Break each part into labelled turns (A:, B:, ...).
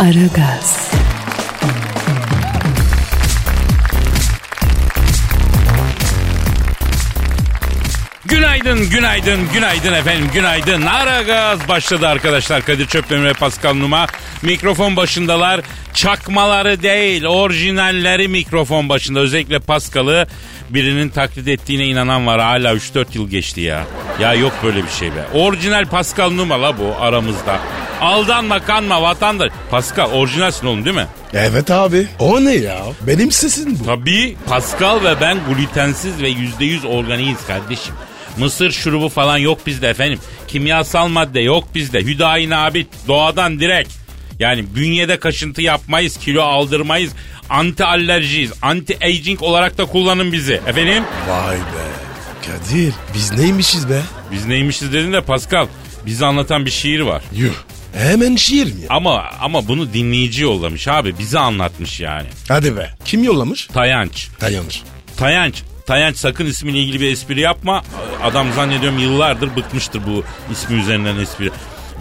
A: Aragaz,
B: Günaydın, günaydın, günaydın efendim, günaydın. Ara gaz başladı arkadaşlar. Kadir Çöpdemir ve Pascal Numa. Mikrofon başındalar. Çakmaları değil, orijinalleri mikrofon başında. Özellikle Pascal'ı birinin taklit ettiğine inanan var. Hala 3-4 yıl geçti ya. Ya yok böyle bir şey be. Orijinal Pascal Numa la bu aramızda. Aldanma kanma vatandaş. Pascal orijinalsin oğlum değil mi?
C: Evet abi. O ne ya? Benim sesim bu.
B: Tabii Pascal ve ben glutensiz ve %100 organiyiz kardeşim. Mısır şurubu falan yok bizde efendim. Kimyasal madde yok bizde. Hüdayi nabit doğadan direkt. Yani bünyede kaşıntı yapmayız, kilo aldırmayız. Anti alerjiyiz. Anti aging olarak da kullanın bizi. Efendim?
C: Vay be. Kadir biz neymişiz be?
B: Biz neymişiz dedin de Pascal. Bize anlatan bir şiir var.
C: Yuh. Hemen şiir mi? ya?
B: Ama ama bunu dinleyici yollamış abi. Bize anlatmış yani.
C: Hadi be. Kim yollamış?
B: Tayanç.
C: Dayanır.
B: Tayanç. Tayanç sakın ismiyle ilgili bir espri yapma. Adam zannediyorum yıllardır bıkmıştır bu ismi üzerinden espri.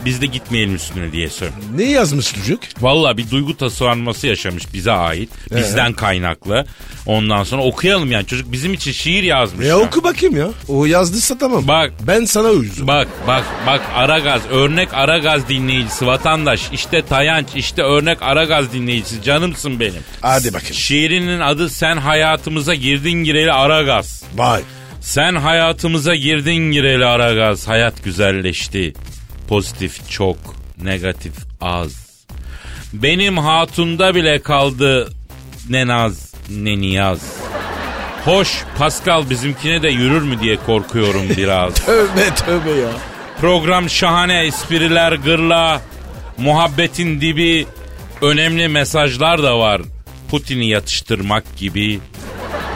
B: Biz de gitmeyelim üstüne diye söylüyorum.
C: Ne yazmış çocuk? E,
B: Valla bir duygu tasarlanması yaşamış bize ait. Bizden kaynaklı. Ondan sonra okuyalım yani. Çocuk bizim için şiir yazmış.
C: Ya
B: ya.
C: oku bakayım ya. O yazdıysa tamam.
B: Bak.
C: Ben sana uyuzum.
B: Bak bak bak Aragaz örnek Aragaz dinleyicisi vatandaş işte Tayanç işte örnek Aragaz dinleyicisi canımsın benim.
C: Hadi bakayım.
B: Şiirinin adı Sen Hayatımıza Girdin Gireli Aragaz.
C: Vay.
B: Sen hayatımıza girdin gireli Aragaz. Hayat güzelleşti. Pozitif çok, negatif az. Benim hatunda bile kaldı ne naz ne niyaz. Hoş Pascal bizimkine de yürür mü diye korkuyorum biraz.
C: Tövbe tövbe ya.
B: Program şahane espriler gırla, muhabbetin dibi, önemli mesajlar da var. Putin'i yatıştırmak gibi.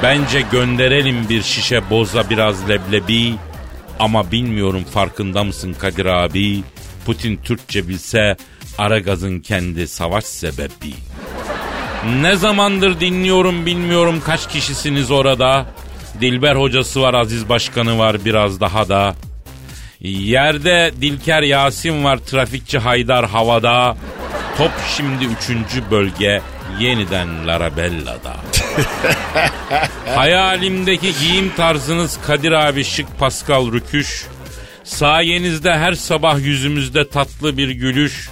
B: Bence gönderelim bir şişe boza biraz leblebi. Ama bilmiyorum farkında mısın Kadir abi? Putin Türkçe bilse Aragaz'ın kendi savaş sebebi. Ne zamandır dinliyorum bilmiyorum kaç kişisiniz orada. Dilber hocası var, Aziz Başkanı var biraz daha da. Yerde Dilker Yasin var, trafikçi Haydar havada. Top şimdi üçüncü bölge yeniden Larabella'da. Hayalimdeki giyim tarzınız Kadir abi şık Pascal Rüküş. Sayenizde her sabah yüzümüzde tatlı bir gülüş.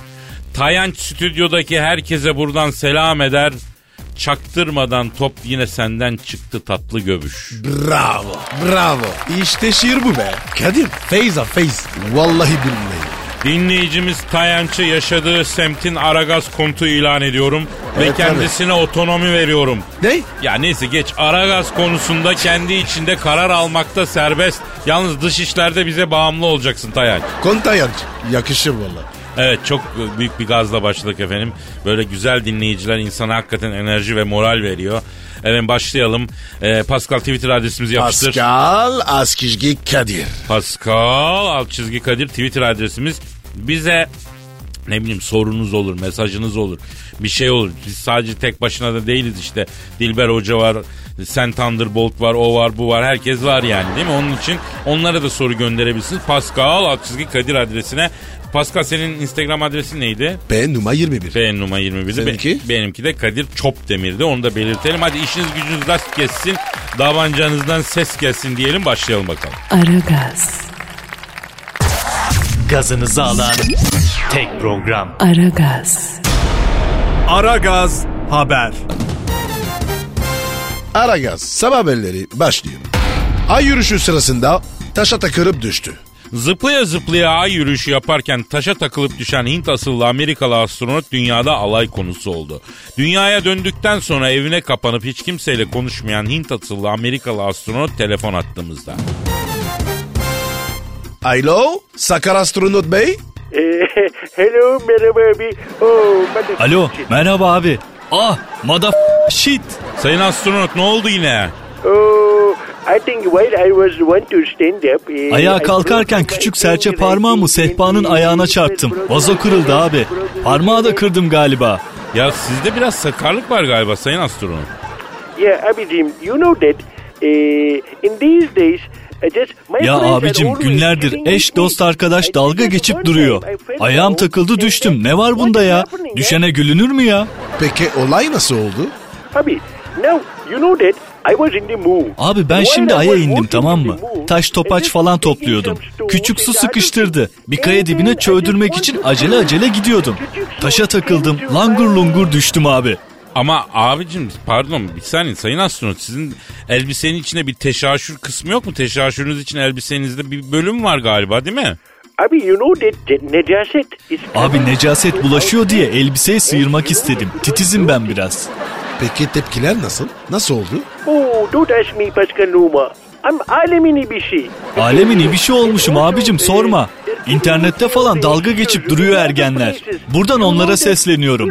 B: Tayanç stüdyodaki herkese buradan selam eder. Çaktırmadan top yine senden çıktı tatlı göbüş.
C: Bravo. Bravo. İşte şiir bu be. Kadir. Feyza feyz. Vallahi billahi.
B: Dinleyicimiz Tayanç'ı yaşadığı semtin Aragaz kontu ilan ediyorum ve
C: Evet,
B: kendisine otonomi veriyorum.
C: Ne?
B: Ya neyse geç Aragaz konusunda kendi içinde karar almakta serbest. Yalnız dış işlerde bize bağımlı olacaksın Tayanç.
C: Kontayanç. Yakışır valla.
B: Evet çok büyük bir gazla başladık efendim. Böyle güzel dinleyiciler insana hakikaten enerji ve moral veriyor. Evet başlayalım. Ee, Pascal Twitter adresimizi yapıştır.
C: Pascal Askizgi Kadir.
B: Pascal alt çizgi Kadir Twitter adresimiz. Bize ne bileyim sorunuz olur, mesajınız olur, bir şey olur. Biz sadece tek başına da değiliz işte. Dilber Hoca var, Sen Thunderbolt var, o var, bu var. Herkes var yani değil mi? Onun için onlara da soru gönderebilirsiniz. Pascal alt çizgi Kadir adresine. Pascal senin Instagram adresin neydi?
C: B numara 21.
B: Benim numara 21.
C: Seninki?
B: benimki de Kadir Çopdemir'di. Onu da belirtelim. Hadi işiniz gücünüz rast kessin. Davancanızdan ses gelsin diyelim. Başlayalım bakalım.
A: Aragaz,
D: gazınızı alan tek program.
A: Aragaz,
D: Ara Gaz Haber.
C: Aragaz sabah haberleri başlıyor. Ay yürüyüşü sırasında taşa takırıp düştü.
B: Zıplaya zıplaya ay yürüyüşü yaparken taşa takılıp düşen Hint asıllı Amerikalı astronot dünyada alay konusu oldu. Dünyaya döndükten sonra evine kapanıp hiç kimseyle konuşmayan Hint asıllı Amerikalı astronot telefon attığımızda.
C: Alo, Sakar Astronot Bey.
A: Ee, hello merhaba abi. Oh, ben de-
D: Alo merhaba abi. Ah mother shit.
B: Sayın astronot ne oldu yine?
A: Oh, I think while I was want to stand up. eh,
D: Ayağa
A: I
D: kalkarken
A: broke my
D: küçük
A: finger
D: serçe
A: and
D: parmağımı sehpanın
A: şey
D: ayağına çarptım. Vazo kırıldı abi. Parmağı
A: Ee,
D: da kırdım galiba.
B: Ya sizde biraz sakarlık var galiba sayın astronot.
A: Yeah abicim you know that. eh, in these days I just, my
D: Ya
A: friends are
D: abicim
A: always
D: günlerdir
A: giving me
D: eş dost
A: grief.
D: arkadaş
A: I
D: dalga
A: think
D: geçip
A: one time
D: duruyor.
A: I fell
D: Ayağım
A: down
D: takıldı
A: and
D: düştüm.
A: then
D: Ne var
A: what
D: bunda
A: is
D: ya?
A: happening,
D: Düşene gülünür mü ya?
C: Peki olay nasıl oldu?
A: Abi now you know that I was in the moon.
D: Abi ben
A: While
D: şimdi
A: I
D: aya
A: was
D: indim
A: walking
D: tamam
A: in the
D: mı?
A: moon,
D: Taş topaç
A: I just
D: falan
A: taking some
D: topluyordum.
A: stones
D: Küçük su
A: and I
D: sıkıştırdı.
A: just-
D: Bir kaya dibine
A: And I
D: çöldürmek
A: just
D: için
A: want to-
D: acele acele gidiyordum.
A: Küçük su
D: Taşa takıldım.
A: into my-
D: Langur lungur düştüm abi.
B: Ama abicim pardon bir saniye sayın astronot sizin elbisenin içinde bir teşaşür kısmı yok mu? Teşaşürünüz için elbisenizde bir bölüm var galiba değil mi?
A: Abi you know that, that necaset is
D: Abi necaset bulaşıyor diye elbiseyi sıyırmak istedim. Titizim ben biraz.
C: Peki tepkiler nasıl? Nasıl oldu?
A: Oh, don't ask me Pascal Numa. I'm alemin bir şey.
D: Alemin iyi bir şey olmuşum abicim sorma. İnternette falan dalga geçip duruyor ergenler. Buradan onlara sesleniyorum.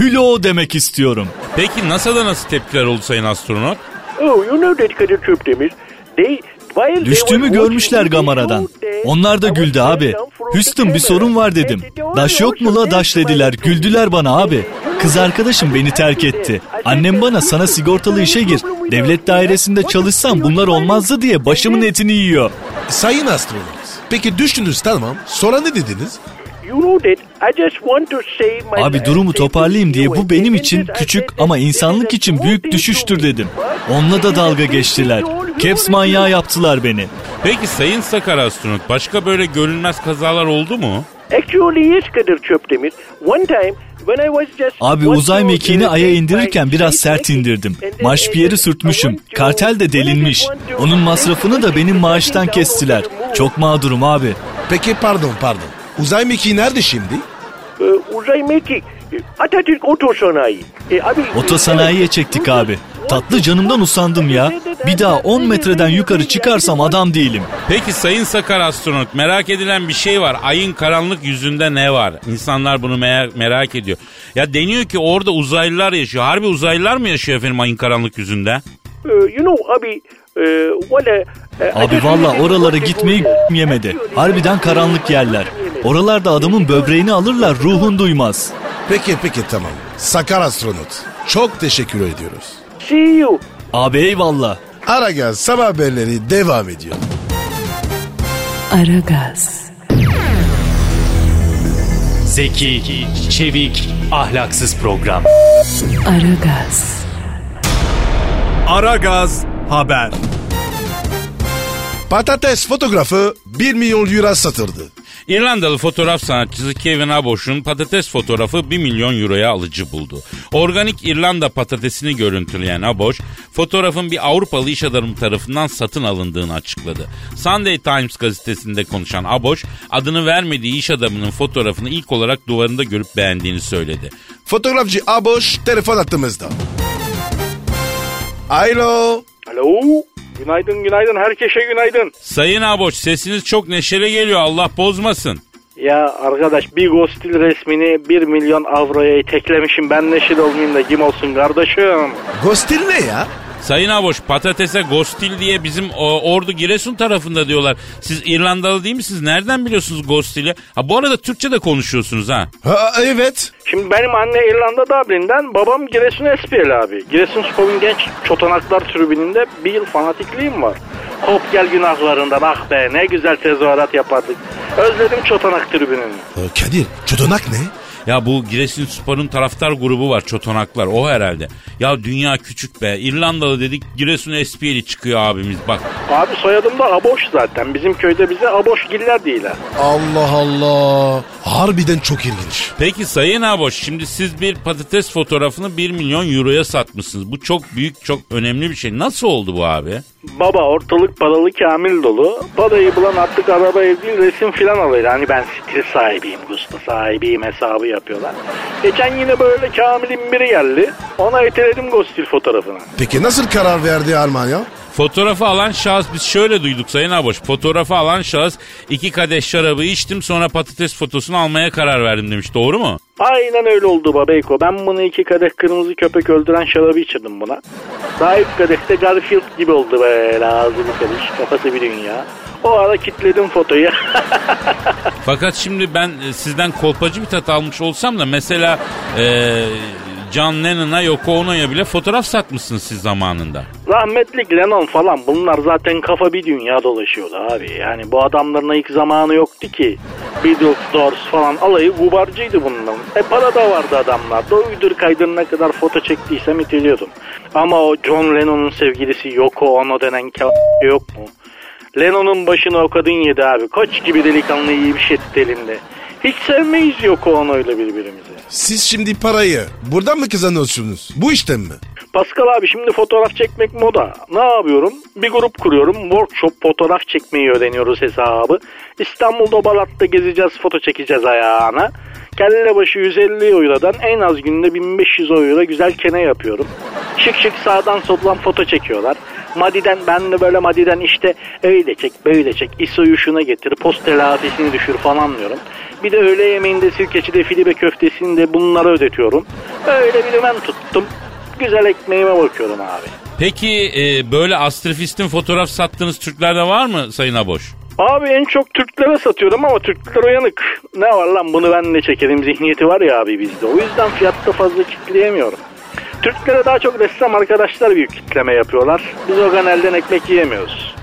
D: Hülo demek istiyorum.
B: Peki NASA'da nasıl tepkiler oldu sayın astronot?
A: Oh, you know that Kadir Çöp demiş. They, while they
D: Düştüğümü
A: were
D: görmüşler
A: watching
D: Gamara'dan.
A: the show,
D: Onlar da
A: I was
D: güldü abi.
A: down from the
D: Houston bir
A: camera.
D: sorun var dedim.
A: And they "Oh, told
D: Daş
A: me
D: yok mu
A: also
D: la daş
A: that's my
D: dediler.
A: problem.
D: Güldüler bana abi. Kız arkadaşım beni terk etti. Annem bana sana sigortalı işe gir. Devlet dairesinde çalışsam bunlar olmazdı diye başımın etini yiyor.
C: Sayın astronot. Peki düştünüz tamam. Sonra ne dediniz?
A: You know that I just want to save my
D: Abi durumu toparlayayım diye bu benim için küçük ama insanlık için büyük düşüştür dedim. Onunla da dalga geçtiler. Caps manyağı yaptılar beni.
B: Peki sayın sakar astronot başka böyle görünmez kazalar oldu mu?
A: Actually yes Kadir Çöp demiş. One time when I was just
D: Abi uzay mekiğini aya indirirken biraz sert indirdim. Maş bir yeri sürtmüşüm. Kartel de delinmiş. Onun masrafını da benim maaştan kestiler. Çok mağdurum abi.
C: Peki pardon pardon. Uzay mekiği nerede şimdi?
A: Ee, uzay mekik. Ee, Atatürk Otosanayi. Ee, abi, e,
D: Otosanayiye çektik abi. Tatlı canımdan usandım ya. Bir daha 10 metreden yukarı çıkarsam adam değilim.
B: Peki sayın sakar astronot merak edilen bir şey var. Ayın karanlık yüzünde ne var? İnsanlar bunu merak, merak ediyor. Ya deniyor ki orada uzaylılar yaşıyor. Harbi uzaylılar mı yaşıyor efendim ayın karanlık yüzünde?
A: Ee, you know abi e, valla e,
D: Abi
A: Atatürk-
D: valla oralara gitmeyi yemedi. Harbiden karanlık yerler. Oralarda adamın böbreğini alırlar ruhun duymaz.
C: Peki peki tamam. Sakar astronot. Çok teşekkür ediyoruz.
A: See you.
D: Abi eyvallah.
C: Aragaz sabah haberleri devam ediyor.
E: Aragaz,
D: Zeki, çevik, ahlaksız program.
E: Aragaz,
D: Ara Gaz Haber.
C: Patates fotoğrafı 1 milyon lira satırdı.
B: İrlandalı fotoğraf sanatçısı Kevin Aboş'un patates fotoğrafı 1 milyon euroya alıcı buldu. Organik İrlanda patatesini görüntüleyen Aboş, fotoğrafın bir Avrupalı iş adamı tarafından satın alındığını açıkladı. Sunday Times gazetesinde konuşan Aboş, adını vermediği iş adamının fotoğrafını ilk olarak duvarında görüp beğendiğini söyledi.
C: Fotoğrafçı Aboş telefon attığımızda. Alo.
A: Alo. Günaydın günaydın herkese günaydın.
B: Sayın Aboş sesiniz çok neşeli geliyor Allah bozmasın.
A: Ya arkadaş bir ghostil resmini 1 milyon avroya iteklemişim ben neşeli olmayayım da kim olsun kardeşim.
C: Ghostil ne ya?
B: Sayın Aboş patatese gostil diye bizim o, Ordu Giresun tarafında diyorlar. Siz İrlandalı değil misiniz? Nereden biliyorsunuz gostili? Ha bu arada Türkçe de konuşuyorsunuz ha.
C: Ha, evet.
A: Şimdi benim anne İrlanda Dublin'den babam Giresun Espriyeli abi. Giresun Spor'un genç çotanaklar tribününde bir yıl fanatikliğim var. Hop gel günahlarından ah be ne güzel tezahürat yapardık. Özledim çotanak tribününü.
C: Ee, Kadir, çodanak ne?
B: Ya bu Giresun Spor'un taraftar grubu var Çotanaklar o herhalde. Ya dünya küçük be. İrlandalı dedik Giresun SP'li çıkıyor abimiz bak.
A: Abi soyadım da Aboş zaten. Bizim köyde bize Aboş giller değiller.
C: Allah Allah. Harbiden çok ilginç.
B: Peki Sayın Aboş şimdi siz bir patates fotoğrafını 1 milyon euroya satmışsınız. Bu çok büyük çok önemli bir şey. Nasıl oldu bu abi?
A: Baba ortalık paralı kamil dolu. Parayı bulan artık araba ev değil resim filan alıyor. Hani ben stil sahibiyim, gusta sahibiyim hesabı yapıyorlar. Geçen yine böyle Kamil'in biri geldi. Ona eteledim gostil fotoğrafını.
C: Peki nasıl karar verdi Almanya?
B: Fotoğrafı alan şahıs biz şöyle duyduk Sayın Aboş. Fotoğrafı alan şahıs iki kadeh şarabı içtim sonra patates fotosunu almaya karar verdim demiş. Doğru mu?
F: Aynen öyle oldu Babeyko. Ben bunu iki kadeh kırmızı köpek öldüren şarabı içirdim buna. Daha ilk kadehte Garfield gibi oldu böyle ağzını karış. Kafası bir dünya. O ara kitledim fotoyu.
B: Fakat şimdi ben e, sizden kolpacı bir tat almış olsam da mesela e, John Lennon'a Yoko Ono'ya bile fotoğraf satmışsınız siz zamanında.
F: Rahmetli Lennon falan bunlar zaten kafa bir dünya dolaşıyordu abi. Yani bu adamların ilk zamanı yoktu ki. Beatles, Doors falan alayı gubarcıydı bunların. E para da vardı adamlarda. O uydur kaydırına ne kadar foto çektiysem itiliyordum. Ama o John Lennon'un sevgilisi Yoko Ono denen k- yok mu? Lennon'un başını o kadın yedi abi. Koç gibi delikanlı iyi bir şey elinde. Hiç sevmeyiz Yoko Ono'yla birbirimizi.
C: Siz şimdi parayı buradan mı kazanıyorsunuz? Bu işten mi?
F: Pascal abi şimdi fotoğraf çekmek moda. Ne yapıyorum? Bir grup kuruyorum. Workshop fotoğraf çekmeyi öğreniyoruz hesabı. İstanbul'da Balat'ta gezeceğiz, foto çekeceğiz ayağına. Kelle başı 150 eurodan en az günde 1500 euro güzel kene yapıyorum. Şık şık sağdan soldan foto çekiyorlar. Madiden ben de böyle madiden işte öyle çek böyle çek ISO'yu şuna getir post telafisini düşür falan diyorum. Bir de öğle yemeğinde sirkeçide filibe köftesini de bunlara ödetiyorum. Böyle bir dümen tuttum. Güzel ekmeğime bakıyorum abi.
B: Peki e, böyle astrofistin fotoğraf sattığınız Türklerde var mı Sayın Aboş?
F: Abi en çok Türklere satıyorum ama Türkler uyanık. Ne var lan bunu ben de çekerim zihniyeti var ya abi bizde. O yüzden fiyatta fazla kitleyemiyorum. Türklere daha çok ressam arkadaşlar büyük kitleme yapıyorlar. Biz o ganelden ekmek yiyemiyoruz.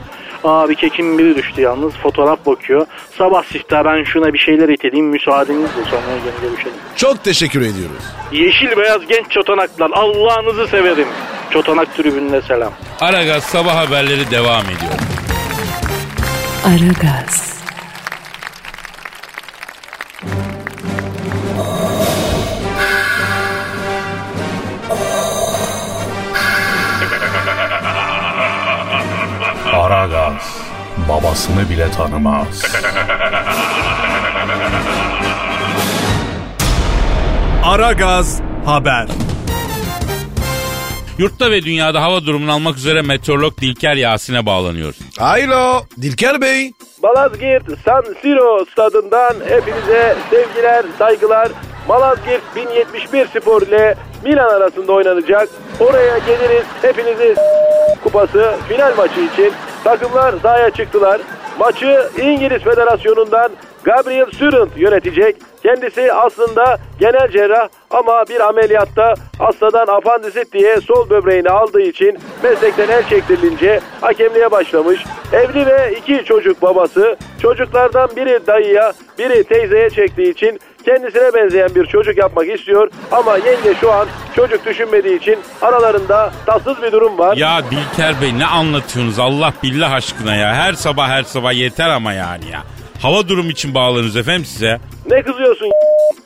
F: Abi kekin biri düştü yalnız fotoğraf bakıyor. Sabah siftah ben şuna bir şeyler iteleyim müsaadenizle sonra gene görüşelim.
C: Çok teşekkür ediyoruz.
F: Yeşil beyaz genç çotanaklar Allah'ınızı severim. Çotanak tribününe selam.
B: Aragaz sabah haberleri devam ediyor.
A: Aragaz,
G: Aragaz babasını bile tanımaz.
D: Aragaz haber.
B: Yurtta ve dünyada hava durumunu almak üzere meteorolog Dilker Yasin'e bağlanıyoruz.
C: Alo Dilker Bey.
F: Malazgirt San Siro stadından hepinize sevgiler, saygılar. Malazgirt 1071 Spor ile Milan arasında oynanacak. Oraya geliriz hepinizi s- kupası final maçı için takımlar sahaya çıktılar. Maçı İngiliz Federasyonu'ndan Gabriel Sürünt yönetecek. Kendisi aslında genel cerrah ama bir ameliyatta hastadan apandisit diye sol böbreğini aldığı için meslekten el çektirilince hakemliğe başlamış. Evli ve iki çocuk babası çocuklardan biri dayıya biri teyzeye çektiği için kendisine benzeyen bir çocuk yapmak istiyor ama yenge şu an çocuk düşünmediği için aralarında tatsız bir durum var.
B: Ya Dilker Bey ne anlatıyorsunuz Allah billah aşkına ya. Her sabah her sabah yeter ama yani ya. Hava durumu için bağlanıyoruz efendim size.
F: Ne kızıyorsun?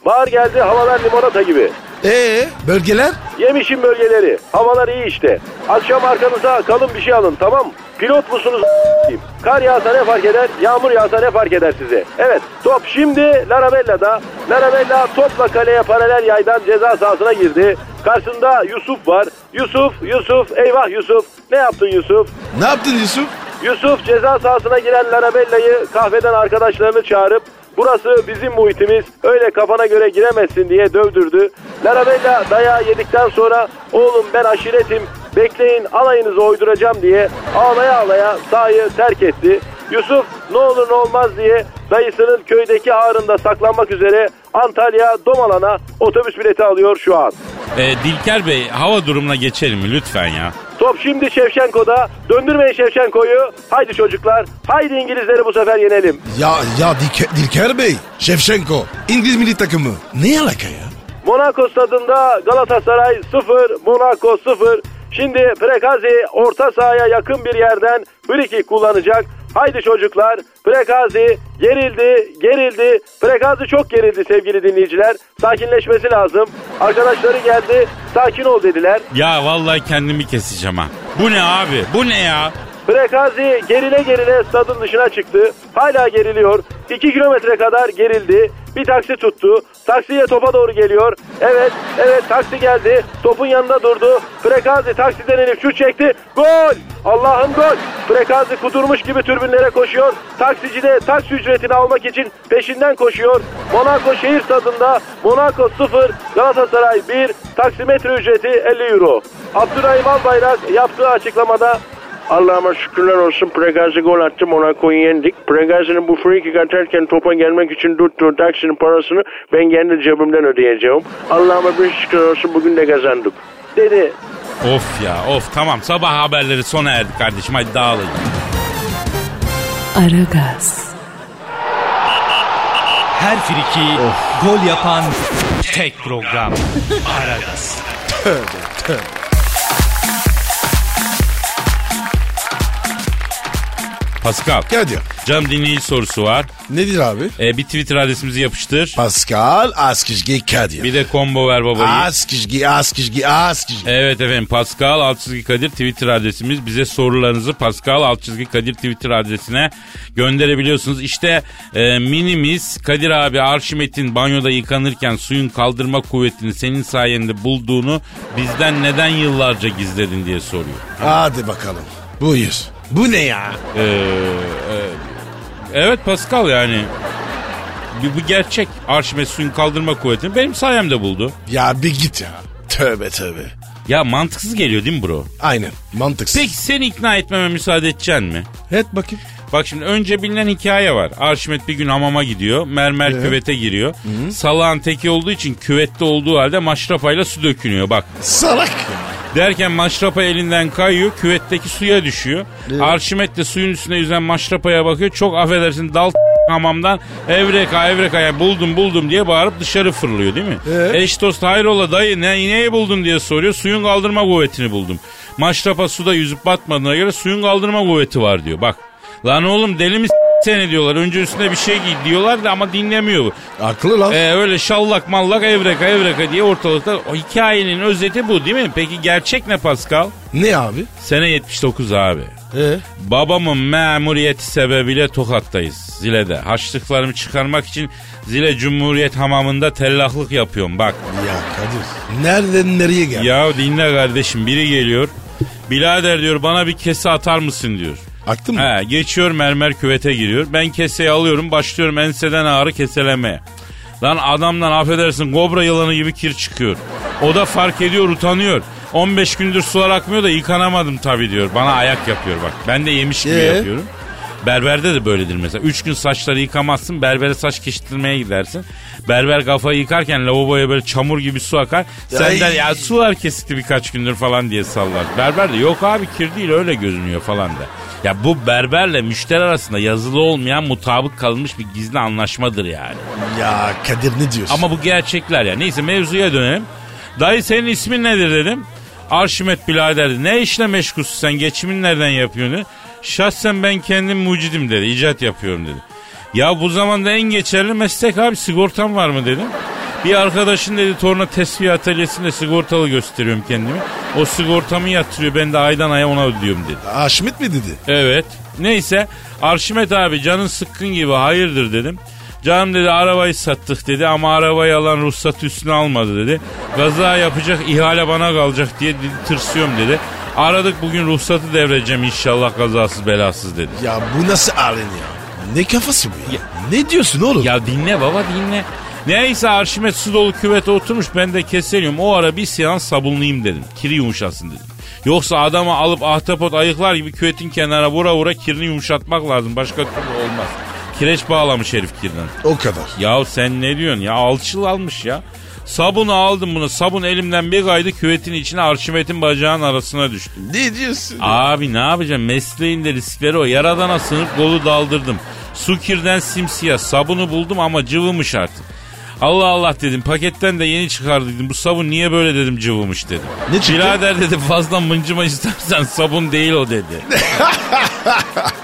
F: Bahar geldi havalar limonata gibi.
C: Ee bölgeler?
F: Yemişin bölgeleri. Havalar iyi işte. Akşam arkanıza kalın bir şey alın tamam mı? Pilot musunuz a**ayım? Kar yağsa ne fark eder? Yağmur yağsa ne fark eder size? Evet top şimdi Larabella'da. Larabella topla kaleye paralel yaydan ceza sahasına girdi. Karşısında Yusuf var. Yusuf, Yusuf, eyvah Yusuf. Ne yaptın Yusuf?
C: Ne yaptın Yusuf?
F: Yusuf ceza sahasına giren Larabella'yı kahveden arkadaşlarını çağırıp burası bizim muhitimiz öyle kafana göre giremezsin diye dövdürdü. Larabella dayağı yedikten sonra oğlum ben aşiretim bekleyin alayınızı oyduracağım diye ağlaya ağlaya sahayı terk etti. Yusuf ne olur ne olmaz diye dayısının köydeki ağrında saklanmak üzere Antalya Domalan'a otobüs bileti alıyor şu an.
B: Ee, Dilker Bey hava durumuna geçelim mi lütfen ya.
F: Top şimdi Şevçenko'da. Döndürmeyin Şevçenko'yu. Haydi çocuklar. Haydi İngilizleri bu sefer yenelim.
C: Ya ya Dilker, Dilker Bey. Şevşenko. İngiliz milli takımı. Ne alaka ya?
F: Monaco stadında Galatasaray 0, Monaco 0. Şimdi Prekazi orta sahaya yakın bir yerden friki kullanacak. Haydi çocuklar Prekazi gerildi, gerildi. Prekazi çok gerildi sevgili dinleyiciler. Sakinleşmesi lazım. Arkadaşları geldi, sakin ol dediler.
B: Ya vallahi kendimi keseceğim ha. Bu ne abi bu ne ya?
F: Prekazi gerile gerile stadın dışına çıktı. Hala geriliyor. 2 kilometre kadar gerildi. Bir taksi tuttu. Taksiye topa doğru geliyor. Evet, evet taksi geldi. Topun yanında durdu. Prekazi taksiden inip şut çekti. Gol! Allah'ım gol! Prekazi kudurmuş gibi türbünlere koşuyor. Taksici de taksi ücretini almak için peşinden koşuyor. Monaco şehir stadında Monaco 0, Galatasaray 1, taksimetre ücreti 50 euro. Abdurrahim Albayrak yaptığı açıklamada Allah'ıma şükürler olsun Pregazi gol attı Monaco'yu yendik. Pregazi'nin bu free kick atarken topa gelmek için tuttuğu taksinin parasını ben kendi cebimden ödeyeceğim. Allah'ıma bir şükürler olsun bugün de kazandık. Dedi.
B: Of ya of tamam sabah haberleri sona erdi kardeşim hadi dağılın.
A: Aragaz,
D: Her friki gol yapan tek program.
B: Pascal.
C: Kadir.
B: Canım dinleyici sorusu var.
C: Nedir abi?
B: E, bir Twitter adresimizi yapıştır.
C: Pascal Askizgi Kadir.
B: Bir de combo ver babayı.
C: Askizgi Askizgi Askizgi.
B: Evet efendim Pascal Altçizgi Kadir Twitter adresimiz. Bize sorularınızı Pascal Altçizgi Kadir Twitter adresine gönderebiliyorsunuz. İşte e, minimiz Kadir abi Arşimet'in banyoda yıkanırken suyun kaldırma kuvvetini senin sayende bulduğunu bizden neden yıllarca gizledin diye soruyor.
C: Hadi bakalım. Buyur. Bu ne ya?
B: Ee, e, evet Pascal yani bu, bu gerçek. Arşimet suyun kaldırma kuvvetini benim sayemde buldu.
C: Ya bir git ya. Tövbe tövbe.
B: Ya mantıksız geliyor değil mi bro?
C: Aynen. Mantıksız.
B: Peki seni ikna etmeme müsaade edeceksin mi?
C: Et bakayım.
B: Bak şimdi önce bilinen hikaye var. Arşimet bir gün hamama gidiyor. Mermer küvete giriyor. Salağın teki olduğu için küvette olduğu halde maşrapayla su dökülüyor bak.
C: Salak ya.
B: Derken maşrapa elinden kayıyor. Küvetteki suya düşüyor. Arşimet de suyun üstüne yüzen maşrapaya bakıyor. Çok affedersin dal hamamdan evreka evreka yani buldum buldum diye bağırıp dışarı fırlıyor değil mi? Eş dost hayrola dayı ne, neyi buldun diye soruyor. Suyun kaldırma kuvvetini buldum. Maşrapa suda yüzüp batmadığına göre suyun kaldırma kuvveti var diyor bak. Lan oğlum deli mi s- seni diyorlar. Önce üstüne bir şey giy diyorlar da ama dinlemiyor bu.
C: Aklı lan.
B: Ee, öyle şallak mallak evreka evreka diye ortalıkta. O hikayenin özeti bu değil mi? Peki gerçek ne Pascal?
C: Ne abi?
B: Sene 79 abi.
C: Ee?
B: Babamın memuriyeti sebebiyle Tokat'tayız Zile'de. Haçlıklarımı çıkarmak için Zile Cumhuriyet Hamamı'nda tellahlık yapıyorum bak.
C: Ya Kadir. Nereden nereye geldi?
B: Ya dinle kardeşim biri geliyor. Bilader diyor bana bir kese atar mısın diyor.
C: Aktın mı?
B: He, geçiyor mermer küvete giriyor. Ben keseyi alıyorum başlıyorum enseden ağrı keselemeye. Lan adamdan affedersin kobra yılanı gibi kir çıkıyor. O da fark ediyor utanıyor. 15 gündür sular akmıyor da yıkanamadım tabii diyor. Bana ayak yapıyor bak. Ben de yemiş gibi
C: Ee?
B: yapıyorum. Berberde de böyledir mesela. Üç gün saçları yıkamazsın. Berbere saç kestirmeye gidersin. Berber kafayı yıkarken lavaboya böyle çamur gibi su akar. Sen
C: Ay.
B: der ya sular kesti birkaç gündür falan diye sallar. Berber de yok abi kir değil öyle görünüyor falan der. Ya bu berberle müşteri arasında yazılı olmayan mutabık kalınmış bir gizli anlaşmadır yani.
C: Ya Kadir ne diyorsun?
B: Ama bu gerçekler ya. Neyse mevzuya dönelim. Dayı senin ismin nedir dedim. Arşimet birader dedi. ne işle meşgulsün sen geçimin nereden yapıyorsun dedi. Şahsen ben kendim mucidim dedi icat yapıyorum dedi. Ya bu zamanda en geçerli meslek abi sigortam var mı dedim. Bir arkadaşın dedi torna tesviye atölyesinde sigortalı gösteriyorum kendimi. O sigortamı yatırıyor ben de aydan aya ona ödüyorum dedi.
C: Haşmet mi dedi?
B: Evet. Neyse Arşimet abi canın sıkkın gibi hayırdır dedim. Canım dedi arabayı sattık dedi ama arabayı alan ruhsat üstüne almadı dedi. Gaza yapacak ihale bana kalacak diye dedi, tırsıyorum dedi. Aradık bugün ruhsatı devreceğim inşallah kazasız belasız dedi.
C: Ya bu nasıl alın ya? Ne kafası bu ya? Ne diyorsun oğlum?
B: Ya dinle baba dinle. Neyse Arşimet su dolu küvete oturmuş ben de keseliyorum. O ara bir seans sabunlayayım dedim. Kiri yumuşasın dedim. Yoksa adamı alıp ahtapot ayıklar gibi küvetin kenara vura vura kirini yumuşatmak lazım. Başka türlü olmaz. Kireç bağlamış herif kirden.
C: O kadar.
B: Ya sen ne diyorsun ya alçıl almış ya. Sabunu aldım bunu. Sabun elimden bir kaydı küvetin içine Arşimet'in bacağının arasına düştü.
C: Ne diyorsun?
B: Abi ne yapacağım mesleğinde riskleri o. Yaradana sınıf golu daldırdım. Su kirden simsiyah sabunu buldum ama cıvımış artık. Allah Allah dedim paketten de yeni çıkardıydım. Bu sabun niye böyle dedim cıvımış dedim.
C: Ne çıktı?
B: Birader dedi fazla mıncıma istersen sabun değil o dedi.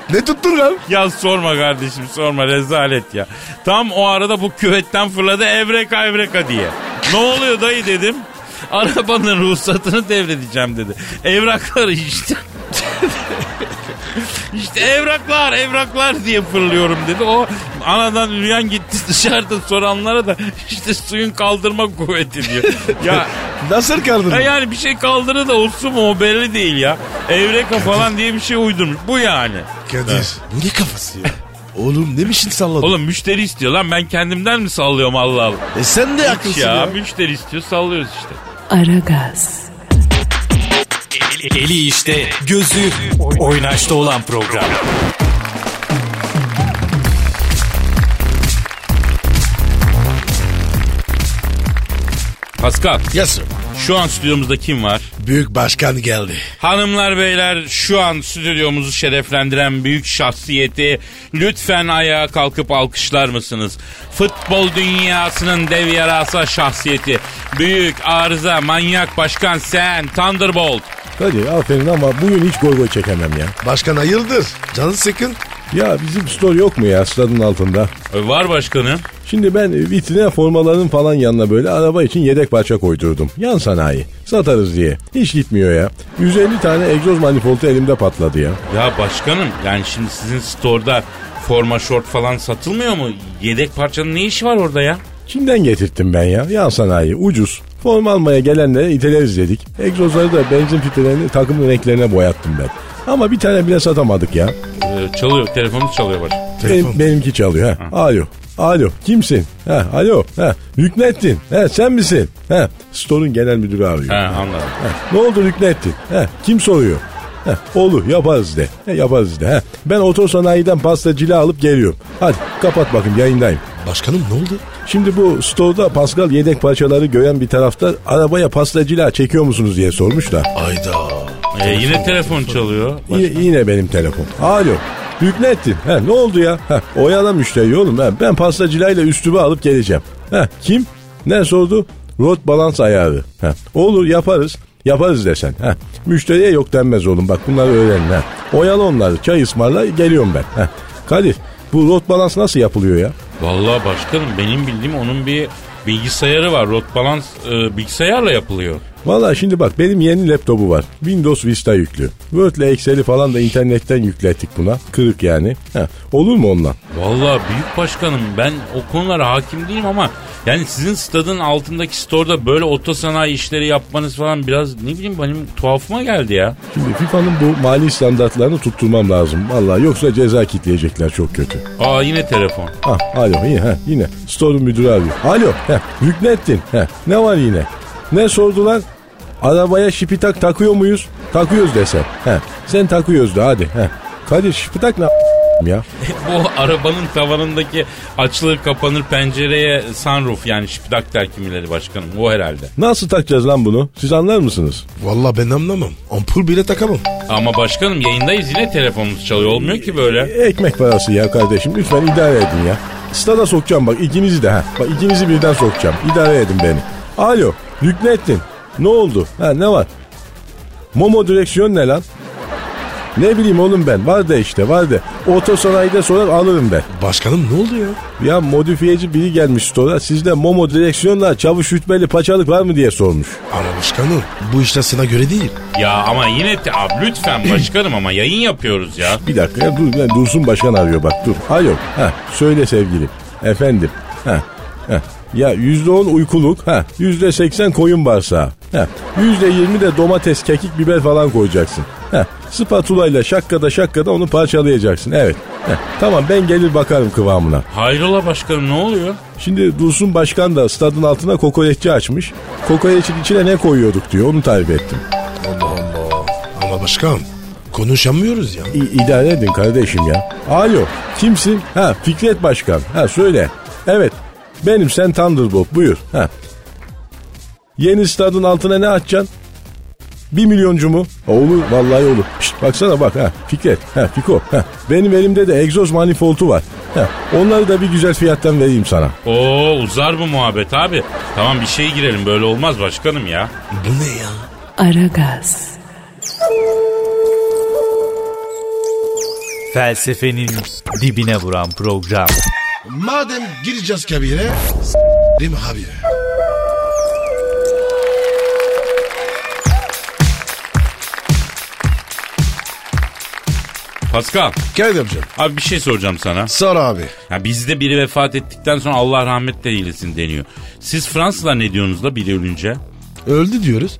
C: Ne tuttun lan?
B: ya sorma kardeşim sorma rezalet ya. Tam o arada bu küvetten fırladı evreka evreka diye. Ne oluyor dayı dedim. Arabanın ruhsatını devredeceğim dedi. Evrakları işte. İşte evraklar evraklar diye fırlıyorum dedi. O anadan rüyan gitti dışarıda soranlara da işte suyun kaldırma kuvveti diyor. ya
C: Nasıl kaldın?
B: Ha yani bir şey kaldırı da olsun mu o belli değil ya. Evreka falan diye bir şey uydurmuş. Bu yani.
C: Kadir. Bu ne kafası ya? Oğlum ne biçim salladın?
B: Oğlum müşteri istiyor lan ben kendimden mi sallıyorum Allah Allah.
C: E sen de haklısın
B: Ya,
C: ya.
B: müşteri istiyor sallıyoruz işte.
A: Aragaz,
H: Eli işte, gözü oynaşta olan program.
B: Pascal
C: Yes.
B: şu an stüdyomuzda kim var?
C: Büyük başkan geldi.
B: Hanımlar beyler şu an stüdyomuzu şereflendiren büyük şahsiyeti lütfen ayağa kalkıp alkışlar mısınız? Futbol dünyasının dev yarasa şahsiyeti. Büyük arıza manyak başkan sen Thunderbolt.
I: Hadi aferin ama bugün hiç goy goy çekemem ya.
C: Başkan hayırdır? Canın sıkın.
I: Ya bizim store yok mu ya stadın altında?
B: E, var başkanım.
I: Şimdi ben e, vitrine formaların falan yanına böyle araba için yedek parça koydurdum. Yan sanayi. Satarız diye. Hiç gitmiyor ya. 150 tane egzoz manifoldu elimde patladı ya.
B: Ya başkanım yani şimdi sizin store'da forma şort falan satılmıyor mu? Yedek parçanın ne işi var orada ya?
I: Çin'den getirttim ben ya. Yan sanayi. Ucuz. Forma almaya gelenlere iteleriz dedik. Egzozları da benzin filtrelerini takım renklerine boyattım ben. Ama bir tane bile satamadık ya.
B: E, çalıyor telefonu çalıyor baş.
I: Benim, benimki çalıyor. Ha. Alo. Alo. Kimsin? Ha, alo. Ha. Rüknettin. Ha, sen misin? Ha. Store'un genel müdürü arıyor.
B: Ha anladım.
I: Ha, Ne oldu Rüknettin? Ha, kim soruyor? Ha, olur yaparız de. Ha, yaparız de. Ha. Ben otosanayiden pastacıyla alıp geliyorum. Hadi kapat bakayım yayındayım.
C: Başkanım ne oldu?
I: Şimdi bu store'da Pascal yedek parçaları gören bir taraftar arabaya pastacıyla çekiyor musunuz diye sormuş da.
C: Ayda.
B: E, yine telefon çalıyor.
I: Y- yine benim telefon. Alo. Hükmettin. Ha, ne oldu ya? Ha, oyala müşteri oğlum. Ha, ben pastacılayla üstüme alıp geleceğim. Ha, kim? Ne sordu? Road balans ayarı. Ha, olur yaparız. Yaparız desen. Ha, müşteriye yok denmez oğlum. Bak bunları öğrenin. Ha. Oyala onları. Çay ısmarla geliyorum ben. Ha. Kadir bu road balans nasıl yapılıyor ya?
B: Vallahi başkanım benim bildiğim onun bir bilgisayarı var. Rot balans e, bilgisayarla yapılıyor.
I: Valla şimdi bak benim yeni laptopu var. Windows Vista yüklü. Word'le Excel'i falan da internetten yüklettik buna. Kırık yani. Ha, olur mu ondan?
B: Vallahi büyük başkanım ben o konulara hakim değilim ama yani sizin stadın altındaki store'da böyle otosanayi işleri yapmanız falan biraz ne bileyim benim tuhafıma geldi ya.
I: Şimdi FIFA'nın bu mali standartlarını tutturmam lazım. Vallahi yoksa ceza kitleyecekler çok kötü.
B: Aa yine telefon.
I: Ha, alo yine, ha, yine. Store'un müdürü arıyor. Alo, ha, Hükmettin. Ha, ne var yine? Ne sordular? Arabaya şipitak takıyor muyuz? Takıyoruz desen. Ha, sen takıyoruz da hadi. Ha. Kadir şipitak ne a- ya?
B: Bu arabanın tavanındaki açılır kapanır pencereye sunroof yani şipidak terkimileri başkanım o herhalde.
I: Nasıl takacağız lan bunu? Siz anlar mısınız?
C: Valla ben anlamam. Ampul bile takamam.
B: Ama başkanım yayındayız yine telefonumuz çalıyor olmuyor ki böyle.
I: E, Ekmek parası ya kardeşim. Lütfen idare edin ya. Stada sokacağım bak ikinizi de. Ha. Bak ikinizi birden sokacağım. İdare edin beni. Alo Hükmettin. Ne oldu? Ha ne var? Momo direksiyon ne lan? Ne bileyim oğlum ben. Var da işte var da. Otosanayide sorar alırım ben.
C: Başkanım ne oldu ya?
I: Ya modifiyeci biri gelmiş store'a. Sizde Momo direksiyonla çavuş rütbeli paçalık var mı diye sormuş.
C: Ama başkanım bu işler sana göre değil.
B: Ya ama yine te- Abi lütfen başkanım ama yayın yapıyoruz ya.
I: Bir dakika ya, dur, ya, Dursun Başkan arıyor bak dur. Alo. Ha, söyle sevgilim. Efendim. Ha, ha. Ya yüzde on uykuluk, ha yüzde seksen koyun bağırsağı, ha yüzde yirmi de domates, kekik, biber falan koyacaksın. Ha spatulayla şakkada şakkada onu parçalayacaksın. Evet. Ha, tamam ben gelir bakarım kıvamına.
B: Hayrola başkanım ne oluyor?
I: Şimdi Dursun Başkan da stadın altına kokoreççi açmış. Kokoreçin içine ne koyuyorduk diyor onu tarif ettim.
C: Allah Allah. Ama başkan konuşamıyoruz ya.
I: İ- idare edin kardeşim ya. Alo kimsin? Ha Fikret Başkan. Ha söyle. Evet benim sen Thunderbolt buyur. Ha. Yeni stadın altına ne açacaksın? Bir milyoncu mu? Olur vallahi olur. Şşt, baksana bak ha Fikret. Ha Fiko. Ha. Benim elimde de egzoz manifoldu var. Ha. Onları da bir güzel fiyattan vereyim sana.
B: Oo uzar bu muhabbet abi. Tamam bir şey girelim böyle olmaz başkanım ya.
C: Bu ne ya?
A: Aragaz,
H: Felsefenin dibine vuran program.
C: Madem gireceğiz kabire s**rim abi.
B: Pascal
C: Kadir amca.
B: abi bir şey soracağım sana.
C: Sor abi.
B: Ya bizde biri vefat ettikten sonra Allah rahmetle eylesin deniyor. Siz Fransızlar ne diyorsunuz da biri ölünce?
C: Öldü diyoruz.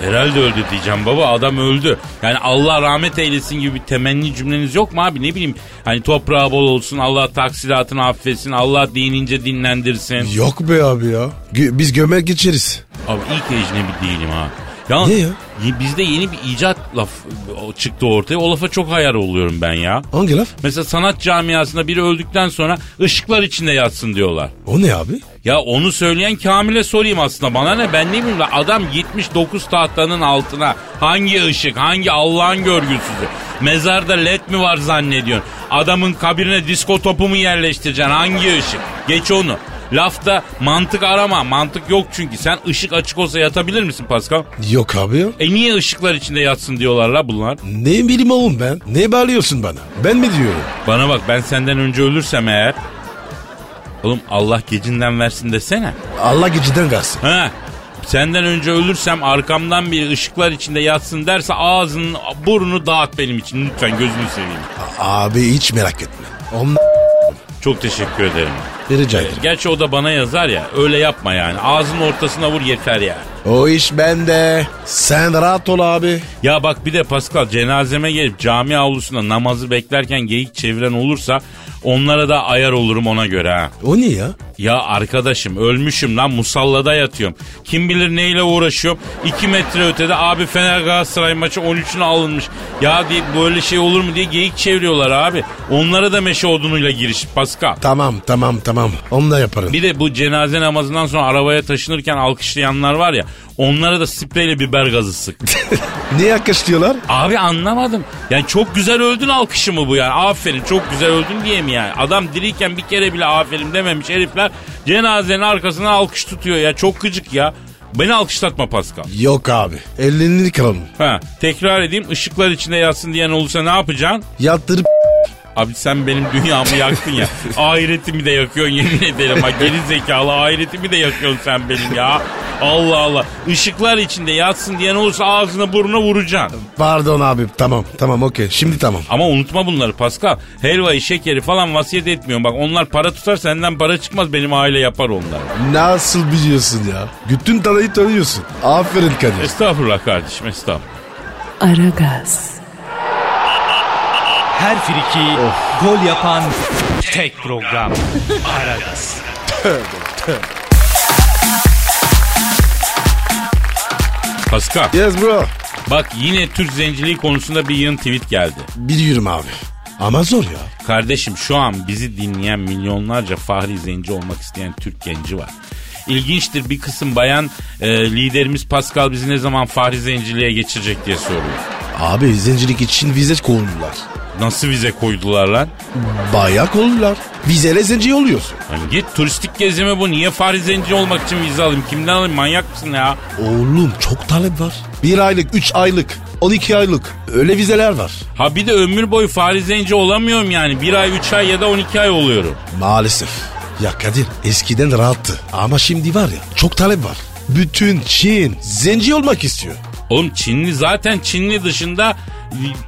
B: Herhalde öldü diyeceğim baba adam öldü. Yani Allah rahmet eylesin gibi bir temenni cümleniz yok mu abi ne bileyim. Hani toprağı bol olsun Allah taksiratını affetsin Allah dinince dinlendirsin.
C: Yok be abi ya. Gö- biz gömer geçeriz.
B: Abi ilk ecnebi değilim ha. Yalnız
C: Ne ya?
B: ye- bizde yeni bir icat laf o çıktı ortaya. O lafa çok hayal oluyorum ben ya.
C: Hangi laf?
B: Mesela sanat camiasında biri öldükten sonra ışıklar içinde yatsın diyorlar.
C: O ne abi?
B: Ya onu söyleyen Kamil'e sorayım aslında. Bana ne ben ne bileyim lan. adam 79 tahtanın altına hangi ışık hangi Allah'ın görgüsüzü. Mezarda led mi var zannediyorsun? Adamın kabirine disko topu mu yerleştireceksin? Hangi ışık? Geç onu. Lafta mantık arama. Mantık yok çünkü. Sen ışık açık olsa yatabilir misin Pascal?
C: Yok abi ya.
B: E niye ışıklar içinde yatsın diyorlar la bunlar?
C: Ne bileyim oğlum ben? Ne bağırıyorsun bana? Ben mi diyorum?
B: Bana bak ben senden önce ölürsem eğer... Oğlum Allah gecinden versin desene.
C: Allah geceden kalsın.
B: He. Senden önce ölürsem arkamdan bir ışıklar içinde yatsın derse ağzının burnunu dağıt benim için lütfen gözünü seveyim.
C: Abi hiç merak etme. Onun
B: Çok teşekkür ederim.
C: rica ederim.
B: Gerçi o da bana yazar ya öyle yapma yani ağzının ortasına vur yeter ya.
C: O iş bende. Sen rahat ol abi.
B: Ya bak bir de Pascal cenazeme gelip cami avlusunda namazı beklerken geyik çeviren olursa onlara da ayar olurum ona göre ha.
C: O ne ya?
B: Ya arkadaşım ölmüşüm lan musallada yatıyorum. Kim bilir neyle uğraşıyorum. 2 metre ötede abi Fener Galatasaray maçı 13'üne alınmış. Ya diye böyle şey olur mu diye geyik çeviriyorlar abi. Onlara da meşe odunuyla giriş Pascal.
C: Tamam tamam tamam. Onunla yaparım.
B: Bir de bu cenaze namazından sonra arabaya taşınırken alkışlayanlar var ya. Onlara da spreyle biber gazı sık.
C: Niye akışlıyorlar?
B: Abi anlamadım. Yani çok güzel öldün alkışı mı bu yani? Aferin çok güzel öldün diye mi yani? Adam diriyken bir kere bile aferin dememiş herifler cenazenin arkasına alkış tutuyor ya. Çok gıcık ya. Beni alkışlatma Pascal.
C: Yok abi. Ellerini kıralım.
B: Ha, tekrar edeyim ışıklar içinde yatsın diyen olursa ne yapacaksın?
C: Yattırıp
B: Abi sen benim dünyamı yaktın ya. ahiretimi de yakıyorsun yemin ederim. Ha, geri zekalı ahiretimi de yakıyorsun sen benim ya. Allah Allah. Işıklar içinde yatsın diyen olursa ağzına burnuna vuracaksın.
C: pardon abi. Tamam tamam okey. Şimdi tamam.
B: Ama unutma bunları Pascal. Helvayı, şekeri falan vasiyet etmiyorum. Bak onlar para tutar senden para çıkmaz benim aile yapar onlar.
C: Nasıl biliyorsun ya? Bütün tanayı tanıyorsun. Aferin Kadir.
B: Estağfurullah kardeşim estağfurullah.
A: Aragaz,
H: Her friki gol yapan tek program. Aragaz.
B: Pascal
C: Yes bro.
B: bak yine Türk zenciliği konusunda bir yığın tweet geldi.
C: Biliyorum abi. Ama zor ya.
B: Kardeşim şu an bizi dinleyen milyonlarca fahri zenci olmak isteyen Türk genci var. İlginçtir bir kısım bayan e, liderimiz Pascal bizi ne zaman fahri zenciliğe geçirecek diye soruyor.
C: Abi zencilik için vize koydular.
B: Nasıl vize koydular lan?
C: Bayağı koydular. Vizeyle zenci oluyorsun.
B: Hani git turistik gezimi bu. Niye fahri zenci olmak için vize alayım? Kimden alayım? Manyak mısın ya?
C: Oğlum çok talep var. Bir aylık, üç aylık, 12 aylık öyle vizeler var.
B: Ha bir de ömür boyu fahri zenci olamıyorum yani. Bir ay, üç ay ya da 12 ay oluyorum.
C: Maalesef. Ya Kadir eskiden rahattı ama şimdi var ya çok talep var. Bütün Çin zenci olmak istiyor.
B: Oğlum Çinli zaten Çinli dışında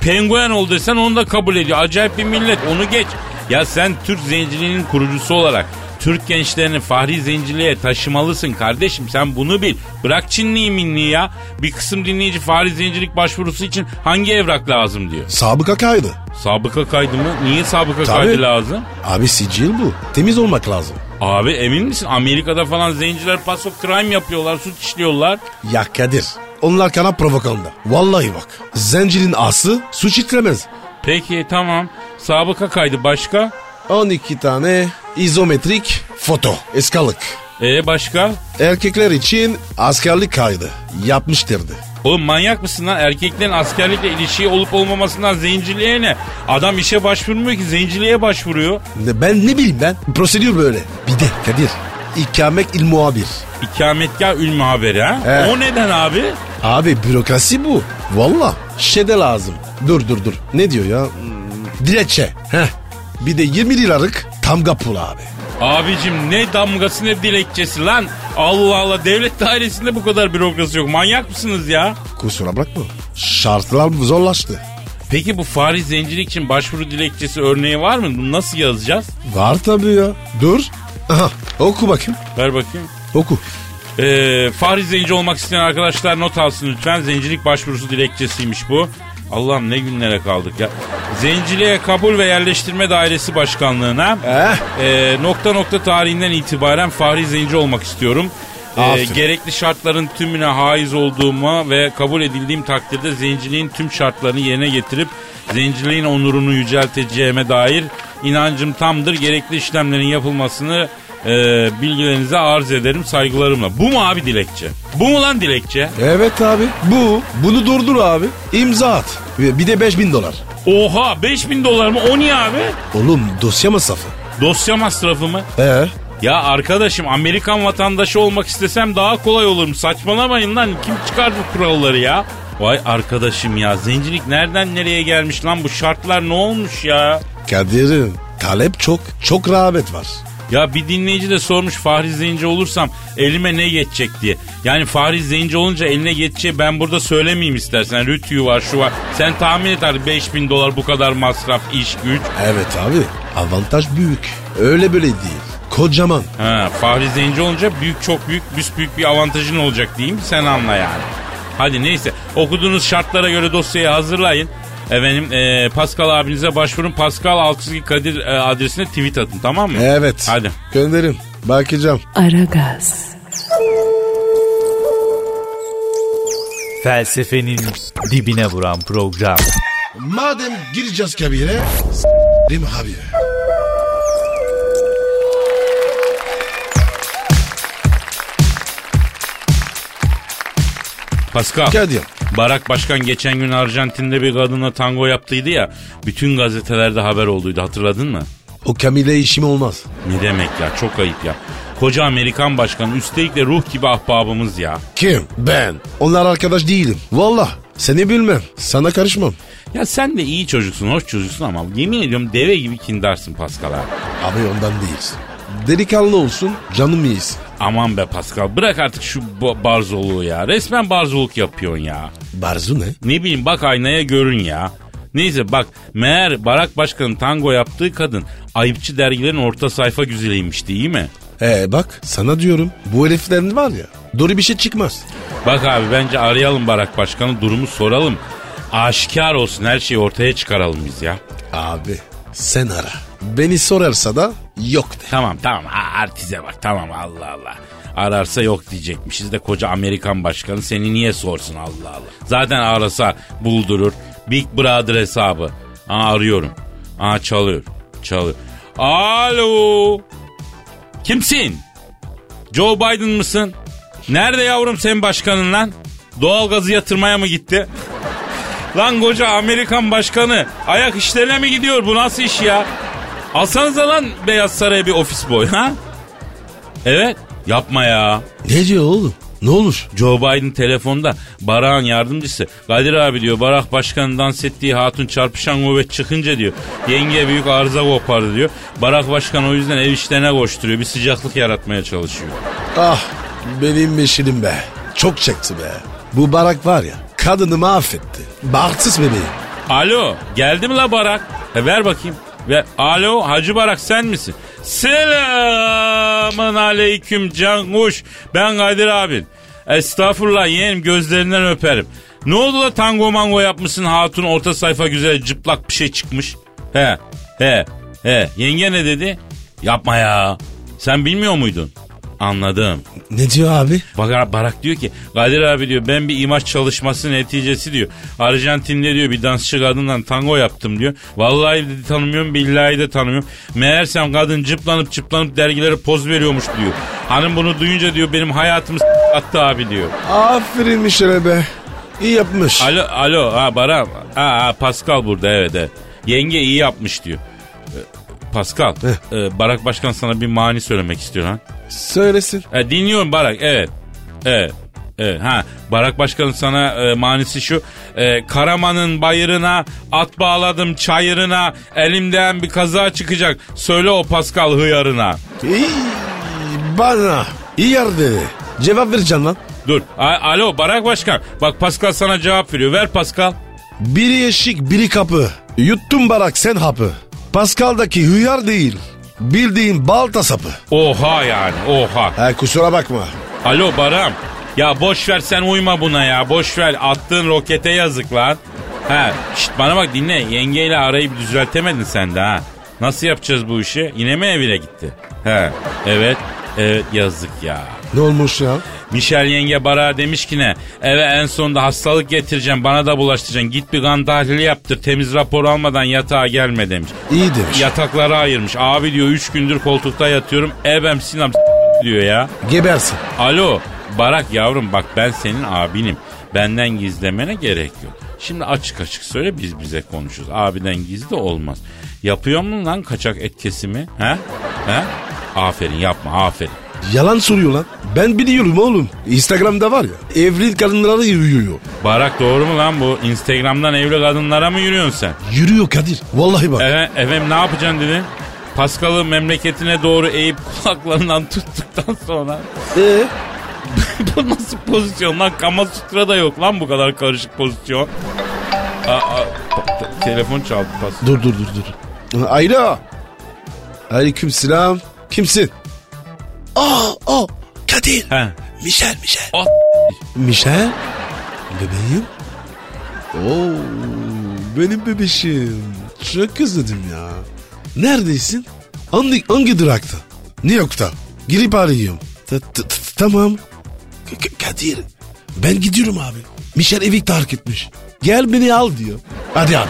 B: penguen ol desen onu da kabul ediyor. Acayip bir millet onu geç. Ya sen Türk zenciliğinin kurucusu olarak Türk gençlerini fahri zenciliğe taşımalısın kardeşim sen bunu bil. Bırak Çinliyi minni ya. Bir kısım dinleyici fahri zencilik başvurusu için hangi evrak lazım diyor.
C: Sabıka kaydı.
B: Sabıka kaydı mı? Niye sabıka
C: Tabii.
B: kaydı lazım?
C: Abi sicil bu. Temiz olmak lazım.
B: Abi emin misin? Amerika'da falan zenciler paso crime yapıyorlar, suç işliyorlar.
C: Ya Kadir onlar kana provokanda. Vallahi bak zencinin ası suç işlemez.
B: Peki tamam. Sabıka kaydı başka?
C: 12 tane izometrik foto eskalık.
B: Ee başka?
C: Erkekler için askerlik kaydı yapmıştırdı.
B: Oğlum manyak mısın lan? Erkeklerin askerlikle ilişiği olup olmamasından zenciliğe ne? Adam işe başvurmuyor ki zenciliğe başvuruyor.
C: Ne- Ben ne bileyim ben prosedür böyle. Bir de Kadir ikamek il muhabir.
B: İkametgah ül haberi ha?
C: Evet.
B: O neden abi?
C: Abi bürokrasi bu. Valla şeyde lazım. Dur dur dur. Ne diyor ya? Hmm, Dilekçe. Heh. Bir de 20 liralık tamga pulu abi.
B: Abicim ne damgası ne dilekçesi lan. Allah Allah devlet dairesinde bu kadar bürokrasi yok. Manyak mısınız ya?
C: Kusura bakma. Şartlar zorlaştı.
B: Peki bu Fahri Zencilik için başvuru dilekçesi örneği var mı? Bunu nasıl yazacağız?
C: Var tabii ya. Dur. Aha oku bakayım.
B: Ver bakayım.
C: Oku.
B: Ee, Fahri Zenci olmak isteyen arkadaşlar not alsın lütfen. Zencilik başvurusu dilekçesiymiş bu. Allah'ım ne günlere kaldık ya. Zenciliğe kabul ve yerleştirme dairesi başkanlığına
C: Eh.
B: ee, nokta nokta tarihinden itibaren Fahri Zenci olmak istiyorum. Ee,
C: Aferin.
B: gerekli şartların tümüne haiz olduğuma ve kabul edildiğim takdirde zenciliğin tüm şartlarını yerine getirip zenciliğin onurunu yücelteceğime dair inancım tamdır. Gerekli işlemlerin yapılmasını e, bilgilerinize arz ederim saygılarımla. Bu mu abi dilekçe? Bu mu lan dilekçe?
C: Evet abi. Bu. Bunu durdur abi. İmza at. Ve Bir de 5000 dolar.
B: Oha 5000 dolar mı? O niye abi?
C: Oğlum dosya masrafı.
B: Dosya masrafı mı?
C: Ee?
B: Ya arkadaşım Amerikan vatandaşı olmak istesem daha kolay olurum. Saçmalamayın lan kim çıkar bu kuralları ya? Vay arkadaşım ya zencilik nereden nereye gelmiş lan bu şartlar ne olmuş ya?
C: Kadir'im talep çok. Çok rağbet var.
B: Ya bir dinleyici de sormuş Fahri Zenci olursam elime ne geçecek diye. Yani Fahri Zenci olunca eline geçeceği ben burada söylemeyeyim istersen. Rütüyü var şu var. Sen tahmin et abi 5000 dolar bu kadar masraf iş güç.
C: Evet abi. Avantaj büyük. Öyle böyle değil. Kocaman.
B: Ha, Fahri Zenci olunca büyük çok büyük büyük bir avantajın olacak diyeyim sen anla yani. Hadi neyse okuduğunuz şartlara göre dosyayı hazırlayın. Efendim e, Pascal abinize başvurun. Pascal Altçizgi Kadir e, adresine tweet atın tamam mı?
C: Evet.
B: Hadi.
C: Gönderim. Bakacağım.
A: Aragaz,
H: Felsefenin dibine vuran program.
C: Madem gireceğiz kabire. Rim abi.
B: Pascal.
C: Kadir.
B: Barak Başkan geçen gün Arjantin'de bir kadınla tango yaptıydı ya. Bütün gazetelerde haber olduydu hatırladın mı?
C: O Kamil'e işim olmaz.
B: Ne demek ya çok ayıp ya. Koca Amerikan başkanı üstelik de ruh gibi ahbabımız ya.
C: Kim? Ben. Onlar arkadaş değilim. Valla. Seni bilmem. Sana karışmam.
B: Ya sen de iyi çocuksun, hoş çocuksun ama yemin ediyorum deve gibi kindarsın Pascal abi.
C: Abi ondan değilsin. Delikanlı olsun. Canım iyisin.
B: Aman be Pascal bırak artık şu ba- barzoluğu ya. Resmen barzoluk yapıyorsun ya.
C: Barzu ne?
B: Ne bileyim bak aynaya görün ya. Neyse bak meğer Barak Başkan'ın tango yaptığı kadın ayıpçı dergilerin orta sayfa güzeliymiş değil mi?
C: Ee bak sana diyorum. Bu heriflerin var ya. Doğru bir şey çıkmaz.
B: Bak abi bence arayalım Barak Başkan'ı durumu soralım. Aşikar olsun her şeyi ortaya çıkaralım biz ya.
C: Abi sen ara. Beni sorarsa da yok de.
B: Tamam tamam ha, artize bak tamam Allah Allah. Ararsa yok diyecekmişiz de koca Amerikan başkanı seni niye sorsun Allah Allah. Zaten arasa buldurur. Big Brother hesabı. Aa, arıyorum. Aa, çalıyor. Çalıyor. Alo. Kimsin? Joe Biden mısın? Nerede yavrum sen başkanın lan? Doğalgazı yatırmaya mı gitti? Lan koca Amerikan başkanı ayak işlerine mi gidiyor bu nasıl iş ya? Alsanıza lan Beyaz Saray'a bir ofis boy ha? Evet yapma ya.
C: Ne diyor oğlum? Ne olur?
B: Joe Biden telefonda Barak'ın yardımcısı. Kadir abi diyor Barak başkanın dans ettiği hatun çarpışan kuvvet çıkınca diyor. Yenge büyük arıza kopardı diyor. Barak başkan o yüzden ev işlerine koşturuyor. Bir sıcaklık yaratmaya çalışıyor.
C: Ah benim meşilim be. Çok çekti be. Bu barak var ya kadını mahvetti. Barksız bebeğim.
B: Alo geldi mi la Barak? E, ver bakayım. Ve alo Hacı Barak sen misin? Selamın aleyküm can kuş. Ben Kadir abin. Estağfurullah yeğenim gözlerinden öperim. Ne oldu da tango mango yapmışsın hatun orta sayfa güzel cıplak bir şey çıkmış. He he he yenge ne dedi? Yapma ya. Sen bilmiyor muydun? Anladım.
C: Ne diyor abi?
B: Barak, Barak diyor ki Kadir abi diyor ben bir imaj çalışması neticesi diyor. Arjantin'de diyor bir dansçı kadından tango yaptım diyor. Vallahi dedi tanımıyorum billahi de tanımıyorum. Meğersem kadın cıplanıp cıplanıp dergilere poz veriyormuş diyor. Hanım bunu duyunca diyor benim hayatımı s- attı abi diyor.
C: Aferin Mişel'e be. İyi yapmış.
B: Alo alo ha Barak ha, ha Pascal burada evet evet. Yenge iyi yapmış diyor. Ee, Pascal, e, Barak Başkan sana bir mani söylemek istiyor ha.
C: Söylesin.
B: E, dinliyorum Barak. Evet. Evet. Evet. Ha, Barak Başkan'ın sana e, manisi şu. E, Karaman'ın bayırına at bağladım çayırına. Elimden bir kaza çıkacak. Söyle o Pascal hıyarına.
C: İyi, bana. İyi yer dedi. Cevap vereceksin lan.
B: Dur. A- Alo Barak Başkan. Bak Pascal sana cevap veriyor. Ver Pascal.
C: Biri eşik biri kapı. Yuttum barak sen hapı. Pascal'daki hıyar değil. Bildiğin balta sapı.
B: Oha yani oha.
C: Ha kusura bakma.
B: Alo Baram. Ya boş ver sen uyma buna ya. Boş ver attığın rokete yazık lan. He, şşt bana bak dinle. Yengeyle arayıp düzeltemedin sen de ha. Nasıl yapacağız bu işi? Yine mi evine gitti? He, evet. Evet yazık ya.
C: Ne olmuş ya?
B: Michel yenge Barak'a demiş ki ne? Eve en sonunda hastalık getireceğim bana da bulaştıracaksın. Git bir kan tahlili yaptır. Temiz rapor almadan yatağa gelme demiş.
C: İyi demiş.
B: Yataklara ayırmış. Abi diyor 3 gündür koltukta yatıyorum. Ebem sinem diyor ya.
C: Gebersin.
B: Alo Barak yavrum bak ben senin abinim. Benden gizlemene gerek yok. Şimdi açık açık söyle biz bize konuşuruz. Abiden gizli olmaz. Yapıyor mu lan kaçak et kesimi? He? He? Aferin yapma aferin.
C: Yalan soruyor lan. Ben biliyorum oğlum. Instagram'da var ya. Evlilik kadınları yürüyor.
B: Barak doğru mu lan bu? Instagram'dan evli kadınlara mı yürüyorsun sen?
C: Yürüyor Kadir. Vallahi bak.
B: Efe, efendim ne yapacaksın dedin? Paskal'ı memleketine doğru eğip kulaklarından tuttuktan sonra
C: Ee?
B: bu nasıl pozisyon lan? Kama sutra da yok lan bu kadar karışık pozisyon. Aa, aa, pa- te- telefon çaldı pas.
C: E- Dur dur dur dur. Ayla. Aleyküm selam. Kimsin? Aa, aa. Kadir.
B: He.
C: Michel, Michel.
B: Ah,
C: Michel. Bebeğim. Oo, benim bebeşim. Çok özledim ya. Neredesin? Hangi, hangi durakta? New York'ta. Girip arıyorum. Ta- ta- ta- Tamam. K- K- Kadir. Ben gidiyorum abi. Michel evi terk etmiş. Gel beni al diyor. Hadi abi.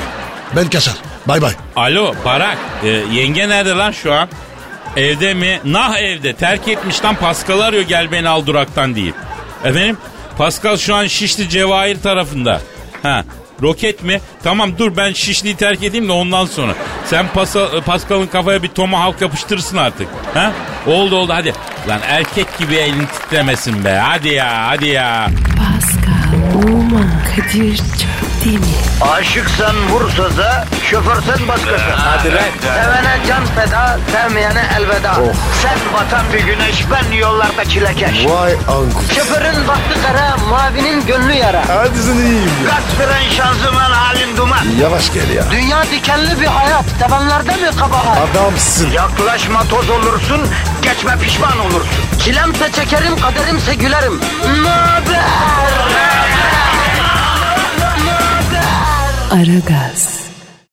C: Ben kaçar. Bay bay.
B: Alo Barak. Ee, yenge nerede lan şu an? Evde mi? Nah evde. Terk etmiş lan Pascal arıyor gel beni al duraktan deyip. Efendim? Pascal şu an Şişli Cevahir tarafında. Ha. Roket mi? Tamam dur ben Şişli'yi terk edeyim de ondan sonra. Sen Pasa- Pascal'ın kafaya bir tomahawk yapıştırırsın artık. Ha? Oldu oldu hadi. Lan erkek gibi elini titremesin be. Hadi ya hadi ya.
A: Pascal, Oman, Kadir çok değil mi?
E: Aşıksan vursa da, şoförsen başkasın. Hadi Sevene can feda, sevmeyene elveda. Sen batan bir güneş, ben yollarda çilekeş.
C: Vay anku.
E: Şoförün baktı kara, mavinin gönlü yara.
C: Hadi sen iyiyim ya.
E: Kasperen şanzıman halin duman.
C: Yavaş gel ya.
E: Dünya dikenli bir hayat, sevenlerde mi kabahar?
C: Adamsın.
E: Yaklaşma toz olursun, geçme pişman olursun. Çilemse çekerim, kaderimse gülerim. Möber!
A: Aragaz.